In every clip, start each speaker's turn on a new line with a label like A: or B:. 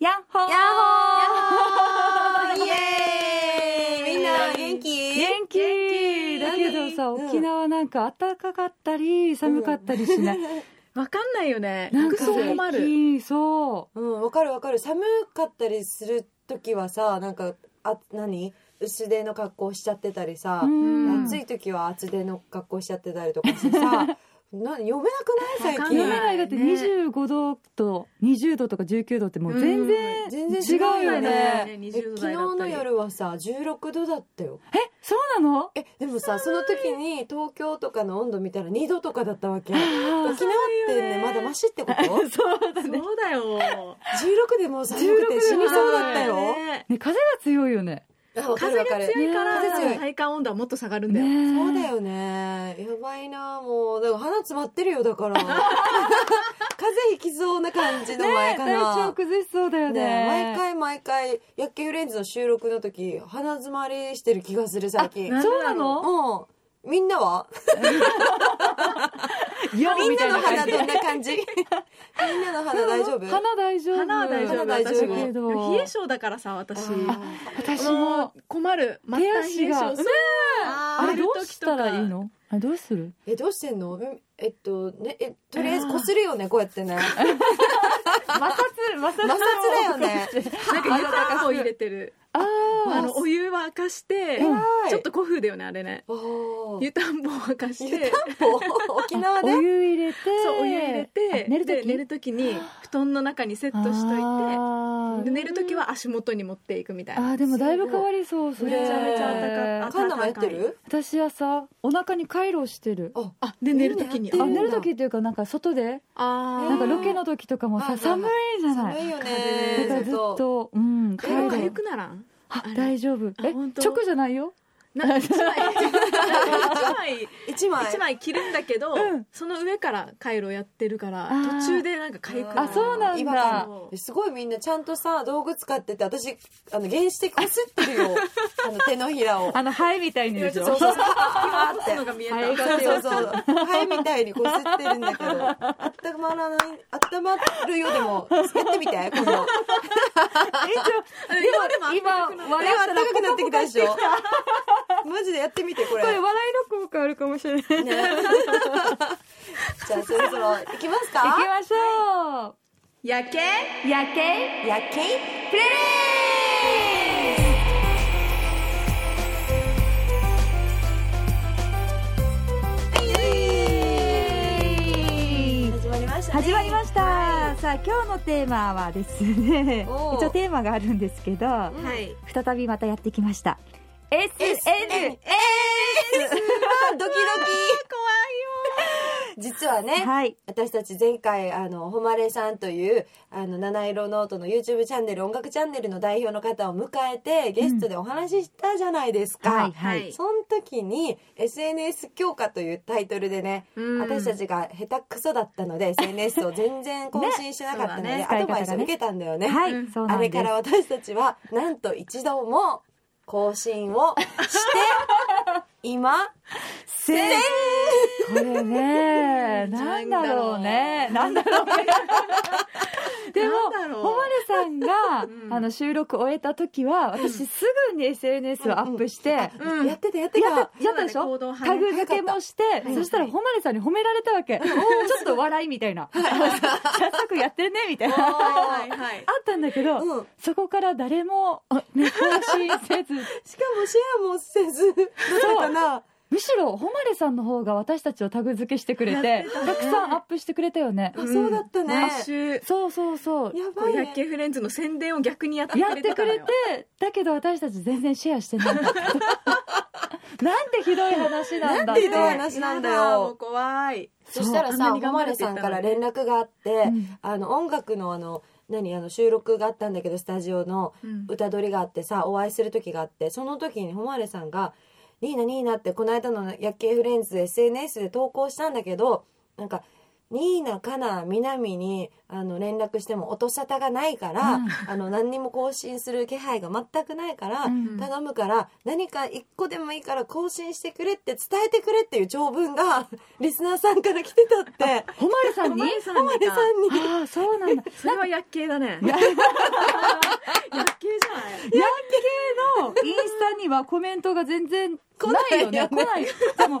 A: やっほー
B: やっほーイエーイみんな元気
A: 元気だけどさ、
B: うん
A: 沖縄なんか暖かかったり、寒かったりしない。
C: わかんないよね。
A: なん
C: 服
A: か
C: 装困
A: 最
C: る。
A: 近、そ
B: うん、わかるわかる。寒かったりする時はさ、なんか、あ、何薄手の格好しちゃってたりさ
A: う。、うん
B: 暑い時は厚手の格好しちゃってたりとかしてさ、な読めなくない
C: わ
B: 最
C: かん
A: 読め
B: 近。
A: ないだって
C: ね
A: 25度と20度とか19度ってもう全然、
B: 全然違うよね。
C: 違
B: え
C: うよね20
B: 昨日
C: 代だったり
B: の夜はさ、16度だったよ。
A: えそうなの
B: え、でもさ、その時に東京とかの温度見たら2度とかだったわけ。沖縄っ
A: あ
B: てね、まだマシってこと ?16
C: そうだよ。
B: でもう寒くて死にそうだったよ。
C: ね
A: ね、風が強いよね。
B: あわか
C: 風が
B: るわかる
C: 強いか
B: 風強
C: ら
B: い
C: 体感温度はもっと下がるんだよ。
A: ね
B: そうだよね。やばいな、もう。だから鼻詰まってるよ、だから。風邪ひきそうな感じの前か
A: 体調
B: な。
A: 崩しそうだよ
B: ね
A: ね。
B: 毎回毎回、薬球レンズの収録の時、鼻詰まりしてる気がする、最近。
C: あ
B: う。
C: なんる
A: そうなの
B: みんなは
A: よ
B: みんなの鼻
A: み
B: どんな感じみんなの鼻大丈夫
A: 鼻大丈夫。
C: 花は大丈夫。
B: 花大丈夫
C: 私
A: けど
C: も。冷え性だからさ、私。
A: 私
C: も
A: も
C: う。困る。末
A: 手
C: 端冷
A: 足
C: え
A: が
C: 性。
A: ね
C: そう
A: あれどうしたらいい
C: あ
A: のあれどうする
B: え、どうしてんのうんえっと、ね、え、とりあえず擦るよね、こうやってね。
A: 摩擦、摩擦
B: 摩擦だよね。
C: なんか湯たこを入れてる。
A: あ
C: あ
A: あ
C: の、お湯は沸かして、
B: 偉い
C: ちょっと古風だよね、あれね。
B: あー
C: 湯たんぽを沸かし
B: 湯
C: て。
B: たんぽ沖縄
A: お
B: で
A: 湯入れて。
C: そうお湯入れて
A: あ寝る
C: で
A: とき
C: 寝る時に布団の中にセットしといてで寝る時
A: は。
C: は足元に持っていくみたい
A: あ
C: な
A: ーでもだいぶ変わりそう、それ。
B: めちゃめちゃ
C: 暖か
B: カンナもやってる
A: 私はさ、お腹に回路してる。
B: あ、
C: あで寝る時に
B: いい
A: あ、
B: ねやって
A: 寝る時っていうか、なんか外で、
C: あー
A: なんかロケの時とかも
B: は
A: さ、
B: い
A: 寒いじゃない
B: 寒。いよ
A: だから
B: ね
A: ずっと、うん、
C: えもう
A: 帰
C: 痒
A: る。
C: くならん
A: あ
C: あれ、
A: 大丈夫。
C: あ
A: え、
C: 本当
A: 直じゃないよ。
C: な一枚一枚
B: 一枚
C: 一枚着るんだけど、
A: うん
C: その上から回路やってるから
A: あー
C: 途中でなんか痒くなる
A: あそうなんだ
B: 違和感すごいみんなちゃんとさ道具使ってて私あの原始的こすってる よあの手のひらを
A: あの、はいみたいに
C: 今ちょっ
B: そ
C: と
B: うそう
C: そう
B: そう あー
C: の
B: っ
C: が
B: て
C: 見え
A: はい
C: た
B: そうそうそうハエみたいにこすってるんだけどあったまらないあったまるよでもやってみて
C: 今で
B: 今度
C: も
A: 今、
B: あ
A: 笑
B: れは
A: っ
B: あったた
A: ら
B: かくなってきたでしょマジでやってみてこれ
A: これ笑いの効果あるかもしれない。行き
B: ねじゃあそろそろ行きますか
A: ましょ
C: やけ
A: う。夜景
B: 夜景
A: プレイ
B: 始まりましたね
A: 始まりました、さあ今日のテーマはですね
B: おう
A: 一応テーマがあるんですけど、
C: はい
A: 再びまたやってきました SNS
B: SNS あドキドキ実はね、
A: はい
B: 私たち前回あの誉さんというあの七色ノートの YouTube チャンネル音楽チャンネルの代表の方を迎えてゲストでお話ししたじゃないですか、
A: はいは
C: はいい
B: その時に SNS 強化というタイトルでね、
C: うん
B: 私たちが下手くそだったので SNS を全然更新しなかったので、
C: ね
B: アドバイスを受けたんだよね。
A: はい、
C: うん
A: そうな
B: あ
A: ん
B: れ
A: です
B: から私たちはなんと一度も更新をして今
A: せんこれねなんだろうねなんだろうねでも
C: なんだろう
A: 誉さんが、
C: うん
A: あの収録終えた時は私すぐに SNS をアップして、
C: うん
B: やってたやってた、
A: やったやったでし
C: そ
A: ょ
C: うだね行動
A: タ
C: 早
A: グ
C: か
B: った
A: 付けもして、
B: い
A: そしたら誉さんに褒められたわけ、ちょっと笑いみたいな早速やってるねみ たいなあ
C: はいはい
A: ったんだけど、
B: うん
A: そこから誰も、あね、更新せず
B: しかもシェアもせずどうだったかな
A: むしろ誉さんの方が私たちをタグ付けしてくれてたくさんアップしてくれたよね、
B: あそうだったね
C: 毎週
A: そうそうそう
B: やばい
C: 夜
B: ね
C: 景フレンズの宣伝を逆にやってく
A: やっ
C: れ
A: て
C: て
A: く
C: た
A: れてだけど私たち全然シェアしてないなんてひどい話なんだって
B: なんてひどい話なんだよ
C: やもう怖い
B: そした
C: そう
B: ら
C: あん
B: さ
C: なに頑張れ
B: 誉
C: って言
B: さ
C: っ
B: ん
C: た
B: か
C: の
B: ら
C: に
B: 連絡があって、
A: ん
B: あの音楽のあの何あの収録があったんだけどスタジオの
C: うん
B: 歌取りがあってさお会いする時があってその時に誉さんが「ニーナニーナ」ってこの間の夜景フレンズ SNS で投稿したんだけどなんかニーナカナ南にあの連絡しても音沙汰がないから、
A: うん
B: あの何にも更新する気配が全くないから、
A: うん
B: 頼むから何か一個でもいいから更新してくれって伝えてくれっていう長文がリスナーさんから来てたって
A: 誉さんに
C: 誉さん
B: 小
C: に
B: 森
C: か
B: さんに
A: ああそうなんだ
C: それは薬系だ ね薬系じゃ
A: ヤンキーのインスタにはコメントが全然ないよね
B: 来
A: 来
B: な
A: ないでも読ま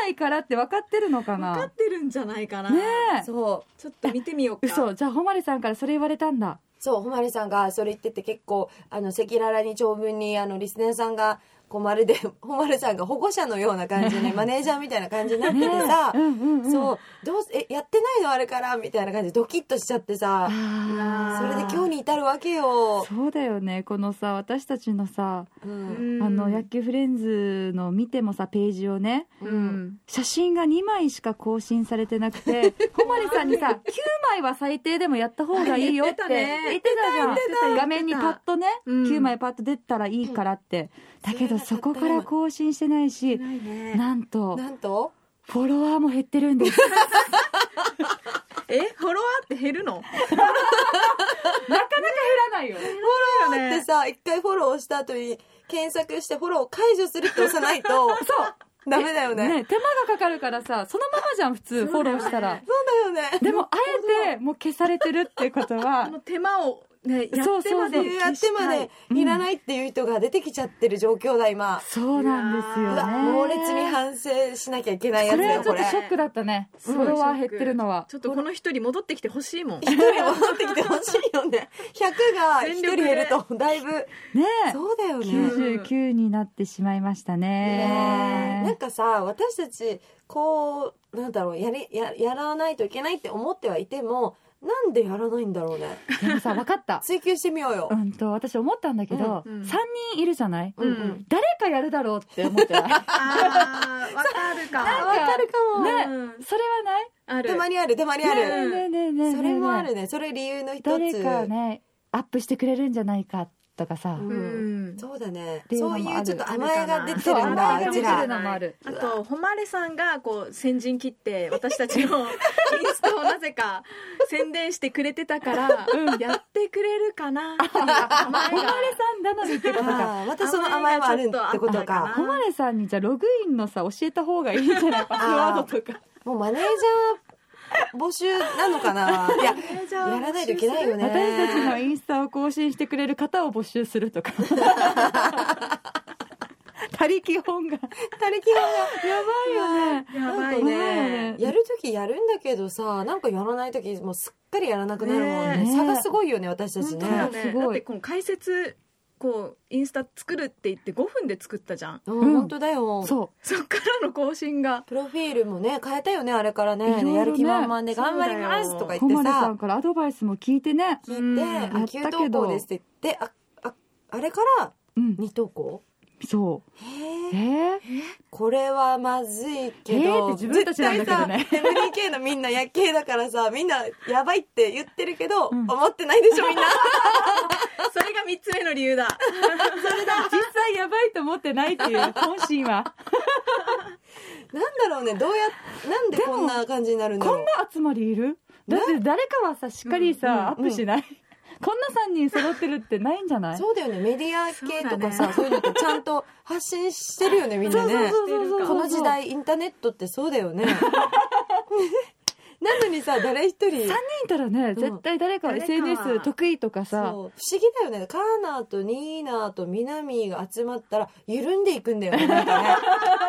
A: ないからって分かってるのか
C: ない分か
A: な
C: ってるんじゃないかな、
A: ねえ
B: そう
C: ちょっと見てみようか
A: 嘘じゃあ誉さんからそれ言われたんだ
B: そう、誉さんがそれ言ってて結構、あの、赤裸々に長文に、あの、リスナーさんが、こうまるで、誉さんが保護者のような感じに、マネージャーみたいな感じになっててさ
A: う、んうんうん
B: そう、どうすえ、やってないのあれから、みたいな感じでドキッとしちゃってさ、
A: あ
B: それ
A: ー
B: で今日に至るわけよ。
A: そうだよねこのさ私たちのさ、
B: うん。
C: うん
A: あの野球フレンズの見てもさページをね
C: うん
A: 写真が2枚しか更新されてなくて誉さんにさ9枚は最低でもやった方がいいよって
C: 言ってたね
A: 言ってたじゃん
C: 言ってた言ってた
A: 画面にパッとね、
C: うん
A: 9枚パッと出たらいいからって、だけどそこから更新してないし、
C: ないね
A: なんと
B: なんと、
A: フォロワーも減ってるんです
C: えフォロワーって減る
A: な
C: の
A: かなか減らないよ
C: 減るよ
B: で
C: ね
B: さ、一回フォローした後に、検索してフォローを解除するって押さない と、そう。ダメだよね。
A: ね手間がかかるからさそのままじゃん普通フォローしたら
B: そうだよね。
A: でもあえてもう消されてるってことは
C: この手間をねや
A: そうそ
C: っ
A: う
C: て
A: そう
C: まで
B: やってまでいらないっていう人が出てきちゃってる状況だ、今。
A: そうなんです
B: う
A: よ
B: わ
A: ね
B: 猛烈に反省しなきゃいけないや
A: そ
B: つだ
A: れは
B: よ
A: ちょ
B: こ
A: っ
B: れ
A: とショックだったねフォロワー減ってるのは
C: ちょっとこの一人戻ってきてほしいもん
B: 一人戻ってきてほしいよね100が一
C: 全
B: 人
C: 力で
B: 減るとだいぶ
A: ね
B: そうだよね
C: 90
A: 99になってしまいました
B: ねえなん
A: ね
B: かさ私たちこうなんだろうやりややらないといけないって思ってはいてもなんでやらないんだろうね
A: でもさ分かった
B: 追求してみようよ
A: う、んと私思ったんだけど
C: うんうん
A: 3人いるじゃない
B: うんうん
C: うん
A: 誰かやるだろうって思ってないね
C: あーわかる か
B: あわかるか も、
C: うん
A: それはない
C: ある
B: 手間にある手間にある、
C: ね
A: ねえねえねえねえ
B: それもあるねそれ理由の一つ
A: 誰かねアップしてくれるんじゃないかとかさ
B: う
C: うんん
B: そうだね
A: っていうの
B: そ
A: も
B: うい
A: あ
B: う
A: る
B: ちょっと甘えが出て
A: そう
B: るんだ
A: 甘えが
B: う
A: 出
B: ち
A: てる
B: ら
A: のもある
C: あと誉さんがこう先陣切って私たち のインスタをなぜか宣伝してくれてたから、やってくれるかなっていう
A: あ誉さん頼みってことか
B: あーまたその甘えもあるってこと
C: 甘えがちょっとあったか
B: か
C: な
A: 誉さんにじゃあログインのさ教えた方がいいんじゃ ないパスワードとか
B: もうマネージャー募集なのか ないや
C: 願いじゃあ
B: やらないといけないよね
A: 私 たちのインスタを更新してくれる方を募集するとか他力本がや
B: 他力本
A: ばいよね
C: や
A: やば
C: ばい
A: いね
C: ね
B: 願やる時やるんだけどさなんかやらない時もうすっかりやらなくなるもんね
A: ねえ
B: 差がすごいよね私たち
C: 本当
B: ね
C: だよ
A: す
C: ね
A: ごい
C: だってこの解説こうインスタ作るって言って5分で作ったじゃん
B: うん
A: うん
B: 本当だよ
A: そ
C: そっからの更 新が
B: プロフィールもね変えたよねあれからね
A: いろいろね
B: やる気満々で頑張りますとか
A: う
B: 言っ
A: 誉
B: て
A: さ
B: さ
A: んからアドバイスも聞いてね
B: 聞いて「
A: うん
B: あ急投稿です」って言ってあああれから
A: うん
B: 2投稿
A: そうえー、
B: これはまずいけ
A: えーっ
B: ど、
A: て自分たちなんだけどね
B: 絶対さ MDK のみんな夜景だからさみんなやばいって言ってるけど、
A: うん
B: 思ってないでしょみんな
C: それが3つ目の理由だ
A: 実際やばいと思ってないっていう本心 は
B: なんだろうねどうやなんでこんな感じになるんだ
A: こ
B: ろ
A: ん
B: う
A: な集まりいるだって誰かはさしっかり
B: うんうんうん
A: さ、アップしないこんな3人揃ってるってないんじゃない
B: そうだよねメディア系とか
C: そうだ
B: さ
C: ね
B: そう,、いうのってちゃんと発信してるよねみんなねこの時代インターネットってそうだ よねなのにさ誰一人
A: 3人いたらね
B: ん
A: 絶対誰か
C: 誰か
A: SNS 得意とか
B: そう
A: さ
B: 不思議だよねカーナーとニーナーとミナミーが集まったら緩んでいくんだよねなんかね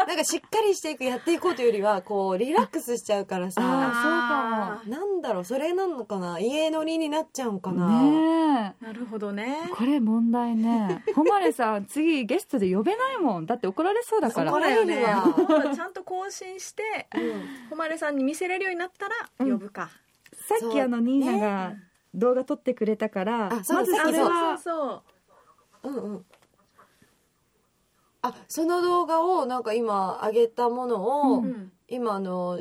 B: なんかしっかりしていくやっていこうというよりはこうリラックスしちゃうからさ
A: あ
C: あ
B: なんだろうそれなのかな家乗りになっちゃうんかな、
A: ね
C: ーなるほどね
A: えこれ問題 ね誉さん次ゲストで呼べないもんだって怒られそうだから
B: 怒
C: そうだ
B: ら
C: よね
B: わ
C: もうちゃんと更新して
B: うん
C: 誉さんに見せれるようになったら呼ぶか、
A: さっきあのニーナが動画撮ってくれたから
B: あ
A: ま
B: そう
A: ず
B: さっ
A: そ
B: き
A: れ
B: そう
A: は
C: そう
B: うんうんあその動画をなんか今上げたものを、
A: うん
B: 今あの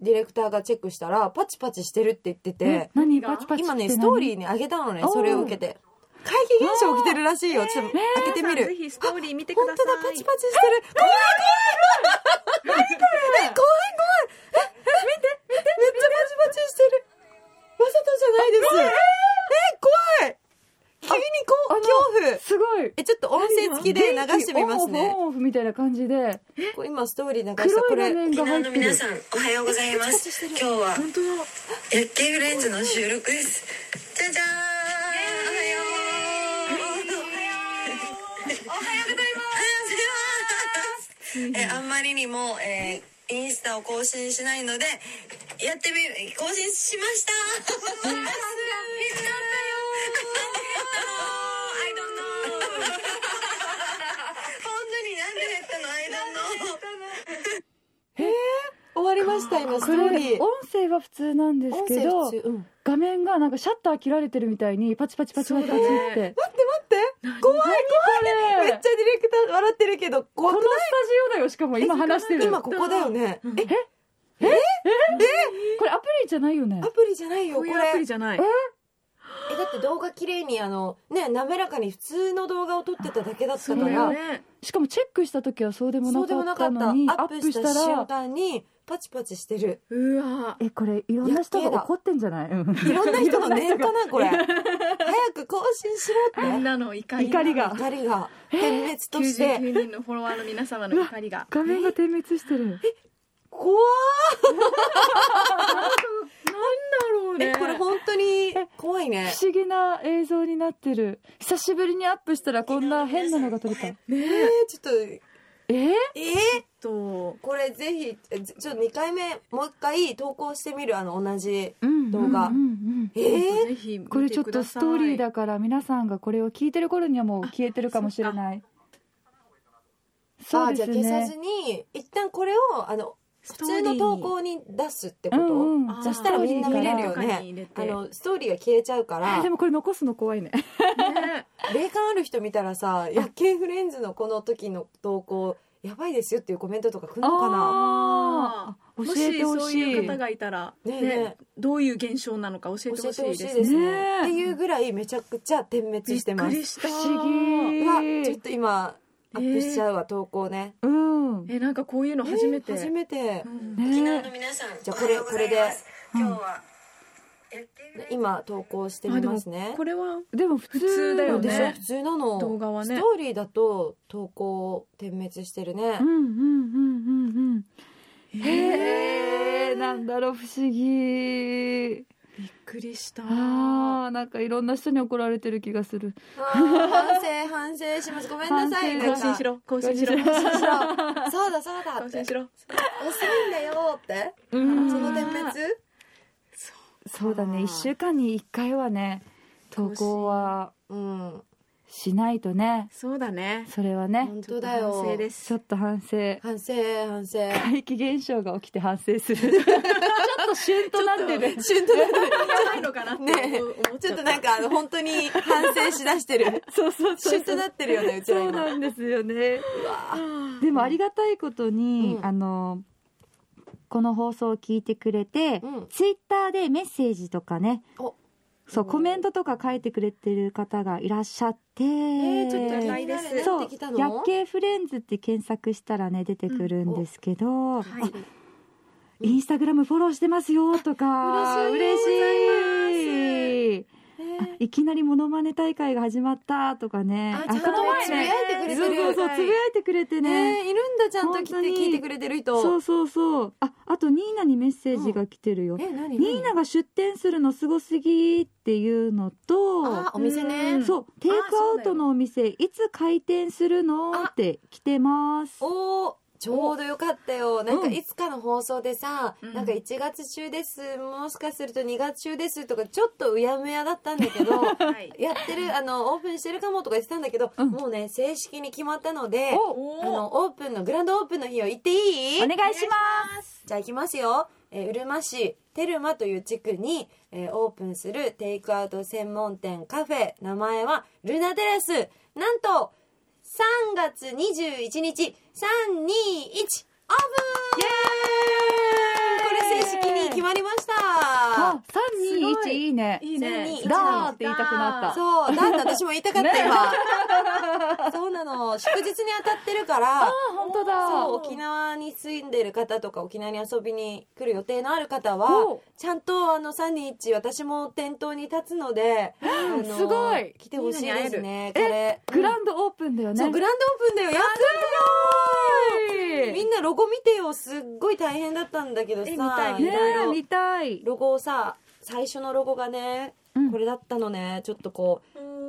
B: ディレクターがチェックしたらパチパチしてるって言ってて
A: え何
C: が
A: パチパチ
B: 今ねストー
A: ー
B: リーに上げたのね
A: おー
B: それを受けて怪奇現象起きてるらしいよちょっと開けてみ
C: 皆さん
B: る
C: ぜひストーリー見てく
B: 本
C: ださ
B: 当
C: い
B: だパチパチしてる怖い怖い怖い何これえ怖い怖いえ見て見てめっちゃパチないです。えー、怖い急にこ
A: あの
B: 恐怖
A: すごい
B: え、ちょっと音声付きで流してみます
A: 電気オンオフ。オンオ
B: ね
A: フみたいな感じで
B: こう今ストーリー流した
A: 黒
B: こ
A: い画
B: れ。
A: 面
D: 沖
A: が
D: 縄
A: 入っ
D: の
A: てる
D: 皆さんおはようございます今日は
C: 本当だ
D: 月経フレンズの収録ですじゃじゃーんおはようおはようございますえあんまりにも、えーインスタを更新しないのでやってみ更新しましたやったよ I don't know 本当になんで減ったの I don't know
B: 終わりました、今、スト
A: こ
B: ーリ
A: れ
B: ー。
A: 音声は普通なんです
B: 音
A: け
B: 声
A: ど
B: 普通。うん。待
A: 画面がなんかシャッター切られてるみたいにパチパチパチパチパチって
B: って待って。怖い
A: こ
B: め
A: れ
B: っちゃディレクター笑ってるけど、
A: こ
B: こ
A: のスタジオだよしかも今話してる
B: 今ここだよね。え、
A: これアプリじゃないよね
B: アプリじゃないよ、
C: こ
B: こ
C: う
B: れ。
C: いうアプリ
B: え、
C: じゃない
A: え
B: だって動画綺麗に、あの、ね、滑らかに普通の動画を撮ってただけだった
A: そう
B: か
A: だ
B: ら
A: よ、
C: ね
A: しかもチェックした時はそうでも
B: そうでも
A: な
B: な
A: かっ
B: か
A: た
B: った。
A: の
B: ア
A: に
B: ップした瞬間に、パチパチしてる。
C: うわ
A: えこれいろんな人
B: やっけ
A: が
B: だ
A: 怒ってんじゃない、うん
B: いろんな人の念かな、これ。早く更新しろ
C: み
B: っ
C: ん
B: て。
C: なの怒り
A: 怒りが
B: 二人が、点滅として。
C: 99人のフォロワーの皆様の怒りが
A: 画面が点滅してる
B: 怖
C: なん
B: いえ、
C: だ
B: こ
C: ろうね
B: れ本当に怖いね
A: 不。思議な映像になってる久しぶりにアップしたらこんな変なのが撮れた
B: え
C: ね
B: ー、ちょっと、え
A: え
B: ー、
C: と
B: これぜひ、えちょちょっと2回目、もう一回投稿してみる、あの、同じ。
A: うん
B: 動画
A: うんうんうん
B: えー、
C: ぜひ
A: これちょっとストーリー
C: っ
A: だから皆さんがこれを聞いてる頃にはもう消えてるかもしれないそ
B: あ
A: う
B: ーじ
A: で
B: ゃあ
A: す
B: 消さ
A: ね
B: ずに、一旦これを、あの、普通の投稿に出すってこ
A: う
B: と、
A: んうん
B: そしたらみんな見れる
A: ス
C: ス
B: よ
C: トーリーから
B: ね。あの、ストーリーが消えちゃうか
A: え
B: ら
A: で、もこれ残すの怖いね
B: 霊感ある人見たらさ、夜景フレンズのこの時の投稿、やばいですよっていうコメントとか来るのか
A: あ
B: な
A: ー
C: も
A: 教
C: し
A: えてほ
C: そう
A: しい
C: いう方がいたら、ね
B: ねえね
C: どういう現象なのか教えて
B: 教えて
C: ほ
B: ほ
C: し
B: しいで
C: いで
B: すね。
C: すね。
A: ね
B: っていうぐらいめちゃくちゃ点滅してま
C: びっく
B: す。
C: りした。
A: 不思議
B: うわ、ちょっと今、アップしちゃうわ、投稿ね。
A: うん
C: えなんかこういうの初めて。
B: 初めて
C: う。ん
D: 沖縄の
A: ね
D: 皆さん、
B: じゃあこれ
D: おはようございます
A: これで
D: 今日は、やってみる
B: 今投稿してみますね。
C: これは
A: でも普
C: 普通だよ
B: で
C: ね
B: しょ普通なの。
C: 動画はね
B: ストーリーだと投稿点滅してるね
A: う。んうんうんうんうんへえなんだろう不思議
C: びっくりした。
A: あーなんかいろんな人に怒られてる気がする
B: あー反省反省します。ごめんなさい。
A: 反省
C: 更
B: なん
C: 新
B: か
C: しろ更新しろ
B: そうそうそうだそうだ
C: 更
B: っ
C: 新
B: て
C: しろ。
B: 遅いんだよって
A: そ
B: その点滅
A: そうだね1週間に1回はね投稿は
B: うん
A: しないとね
C: そうだね。
A: それはね
B: 本当だよ
C: 反省です。
A: ちょっと反省
B: 反省反省
A: 怪奇現象が起きて反省するちょ っと旬となってる
B: 瞬間
C: ないのかなって思っち
B: ちょ
C: ゃ
B: っ
C: っ
B: と
C: た。
B: なんかあの本当に反省しだし てる
A: そうそうそう
B: 瞬となってるよねうちら
A: そう
B: 今
A: なんですよね
B: うわ
A: でもありがたいことに、
B: うん
A: あのこの放送を聞いてくれて、
B: うん
A: ツイッターでメッセージとかね
B: お
A: そう
B: おー
A: コメントとか書いてくれてる方がいらっしゃって、
C: ーちょっと意外です
B: 気にな
A: そう
B: って
A: 「
B: きたの
A: 夜景フレンズ」って検索したらね出てくるんですけど、あ
C: はい。
B: うん
A: インスタグラムフォローしてますよとか
B: 嬉しい
A: 嬉しいあいきなりモノマネ大会が始まったとかね
B: あちゃんと
A: 前
B: つぶやいてくれてる
A: そうそうそうつぶやいてくれてね、
B: ねえいるんだちゃんと来て
A: 本当に
B: 聞いてくれてる
A: そ
B: 人
A: うそうそうああとニーナにメッセージが来てるよ、
B: え何
A: ニーナが出店するのすごすぎっていうのと
B: あお店
C: う
B: ね
C: ん
A: そうテイクアウトのお店いつ開店するの
B: あ
A: って来てます
B: おーちょうどよかったよなんか
A: うん
B: いつかの放送でさ、
C: うん
B: なんか1月中ですもしかすると2月中ですとかちょっとうやむやだったんだ けど
C: はい。
B: やってるあのオープンしてるかもとか言ってたんだけど、
A: うん
B: もうね正式に決まったのであ
C: おお。
B: のオープンのグランドオープンの日を行っていい
A: お願いします
B: じゃあ行きますよ、えーうるま市テルマという地区に、えーオープンするテイクアウト専門店カフェ名前はルナテラスなんと3月21日321オープンこれ正正式に決まりました。
A: あ、
C: すご
A: 321
C: い
A: いいね。
C: いいね
B: 321
A: ダーって言いたくなった。
B: そう、なんだ、私も言いたかった、
A: ね
B: 今。そうなの、祝日に当たってるから、
A: あ、本当だ。
B: そう、沖縄に住んでる方とか、沖縄に遊びに来る予定のある方
A: お
B: は、ちゃんとあの、サニーチ、私も店頭に立つので、あの
A: すごい
B: 来てほしいですね、こ
A: いいのに会える
B: れ。
A: グランドオープンだよね。
B: そう、グランドオープンだよ、やったよみんなロゴ見てよ、すっごい大変だったんだけどさ、
C: え見たい
A: ね
B: ろ
A: え、
B: ろ
A: 見たい。
B: ロゴをさ最初のロゴがね、
A: うん
B: これだったのねちょっとこ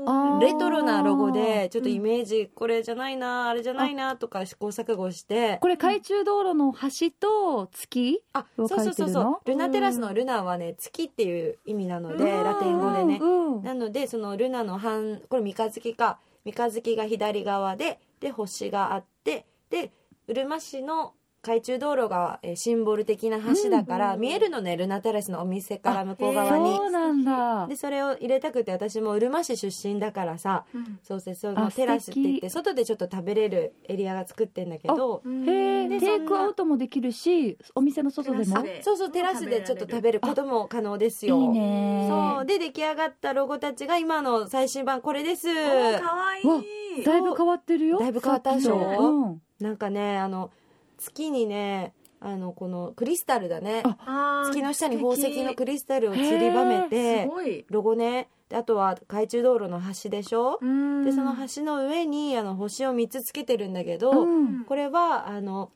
A: あー
B: うレトロなロゴでちょっとイメージこれじゃないなあれじゃないなとか試行錯誤して
A: これ海中道路の橋と月
B: あそ
A: を
B: う
A: 書いてるの
B: そうそうそうルナテラスのルナはね月っていう意味なのでラテン語でね
A: うんうん
B: なのでそのルナの半これ三日月か三日月が左側でで星があってでうるま市の海中道路がえーシンボル的な橋だから、見えるのねルナテラスのお店から向こう側に
A: そうなんだ
B: で。それを入れたくて私もうるま市出身だからさ
C: うん
B: そうせそ
A: あ
B: の
A: 素敵
B: テラスって言って外でちょっと食べれるエリアが作ってんだけど
A: へえ、
B: で
A: テ
B: そ
A: イ
B: んな
A: クアウトもできるし、お店の外で
C: テラ
A: も
C: スで。
B: そうそうテラスでちょっと食べることも可能です
A: い
B: よ
A: いね。
B: そうで出来上がったロゴたちが今の最新版これです
C: おーかわい
A: わ
C: い
A: だいぶ変わってるよ。
B: だいぶ変わったでしょ
A: さきのうん
B: なんかねあの月にねあのこのクリスタルだね
A: あ
C: あー
B: 月の下に宝石の
C: 素敵
B: クリスタルを散りばめ
C: す
B: て
C: ごい
B: ロゴねであとは海中道路の橋でしょ
C: で
B: でその橋の上にあの星を3つつけてるんだけど、
A: うん
B: これはあの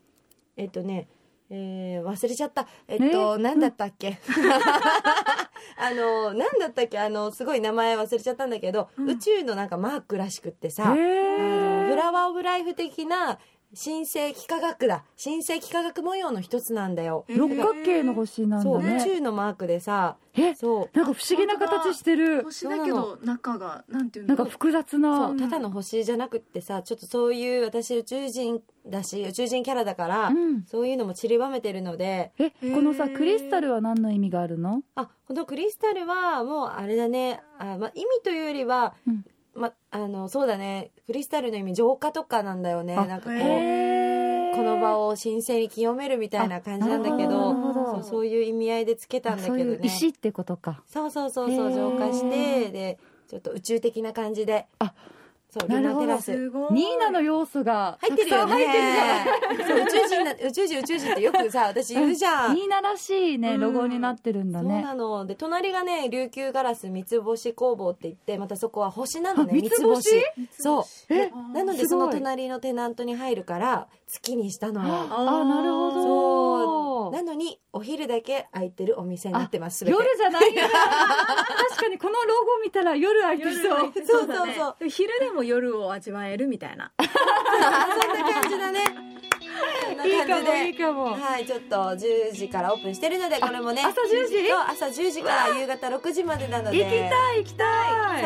B: えっとね、えー忘れちゃったえっ
A: ね
B: と、何だったっけ あの何だったっけあのすごい名前忘れちゃったんだけど、宇宙のなんかマークらしくってさ、あの
A: へ
B: フ
A: え。
B: ラワー・オブ・ライフ的な新世幾何学だ新世幾何学模様の一つなんだよ、
C: え
A: 六角形の星なん
B: そ
A: だ
B: う宇
A: ね。
B: 宙のマークでさ
A: え、
B: そう
A: なんか不思議な形してる。
C: 星だけど中がなんていう
A: な
C: の
A: んか複雑な。
B: そうただの星じゃなくってさちょっとそういう私宇宙人だし宇宙人キャラだから、
A: うん
B: そういうのも散りばめてるので
A: え、
C: ー
A: このさ、クリスタルは何の意味があるの
B: あこのクリスタルはもうあれだねあ、まあ、意味というよりは、
A: うん
B: ま、あのそうだねクリスタルの意味浄化とかなんだよね
A: あ
B: なんかこう
A: へ
B: この場
A: を
B: を神聖に清めるみたいな感じなんだけ
A: なるほ
B: ど
A: どなるほ
B: そう
A: ど
B: そういう意味合いでつけたんだけど
A: そう
B: ね
A: いう石ってことか。
B: そうそうそうそう
A: へー
B: 浄化してでちょっと宇宙的な感じで
A: あ
B: そう
A: な
B: ル
A: るほ
B: ナ
A: ど
B: テラス
C: すごい
A: ニーナの要素がた
B: 入
A: く
B: ってる
A: さ
B: よ
A: ん
B: ね
A: 入ってるじゃん。
B: そう宇宙人な宇宙人宇宙人ってよくさ私言うじゃん、
A: ニーナらしいね、ロゴになってるんだ
B: そう
A: ね。
B: なので隣がね琉球ガラス三つ星工房って言ってまたそこは星なのね
A: あ三つ星
B: そう
A: え
B: な
A: すご
B: ので
A: い
B: その隣のテナントに入るから月にしたのよ
A: あ、なるほ
B: そ
A: ど。
B: うなのにお昼だけ空いてるお店になってます全て
A: 夜じゃないんだ 確かにこのロゴ見たら夜開いてそう。
B: そうそうそう
C: う昼でも夜を味わえるみたいな
B: そんな感じだねそんな感じ
A: い
B: で
A: いかも、いいかも。
B: はい、ちょっと10時からオープンしてるので、これもね。
A: 朝10時
B: そう朝10時から夕方6時までな
A: 行
B: の
A: き
B: で。
A: たい、行きた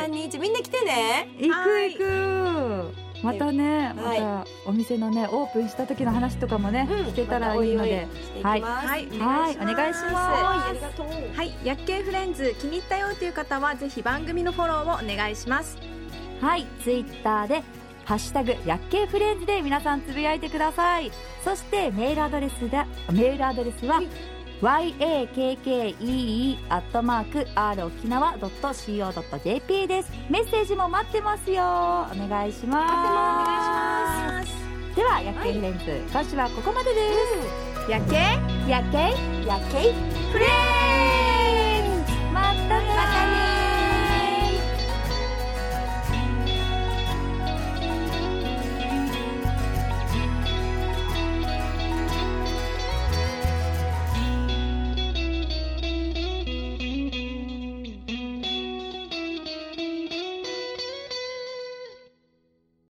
B: 3、
A: い。
B: 2、1、みんな来てね。
A: 行
C: はい
A: く、行く。またね、ま
B: はい
A: たお店のね、オープンした時の話とかもね、聞けたらいいので
B: またお。おしていきます。
C: は
B: はい。
C: い
A: はい、お願いしま
B: ありがとう。
C: はい薬系フレンズ気に入ったよという方はぜひ番組のフォローをお願いします
A: す。はい、ツイッターで、ハッシュタグ、薬系フレンズで皆さんつぶやいてください。そして、メールアドレスだ、メールアドレスは、yakkee.rokinawa.co.jp です。メッセージも待ってますよ。お願いします。では、薬系フレンズ、今週はここまでです。
C: 薬系
A: 薬系
B: やっけい
A: フレンズ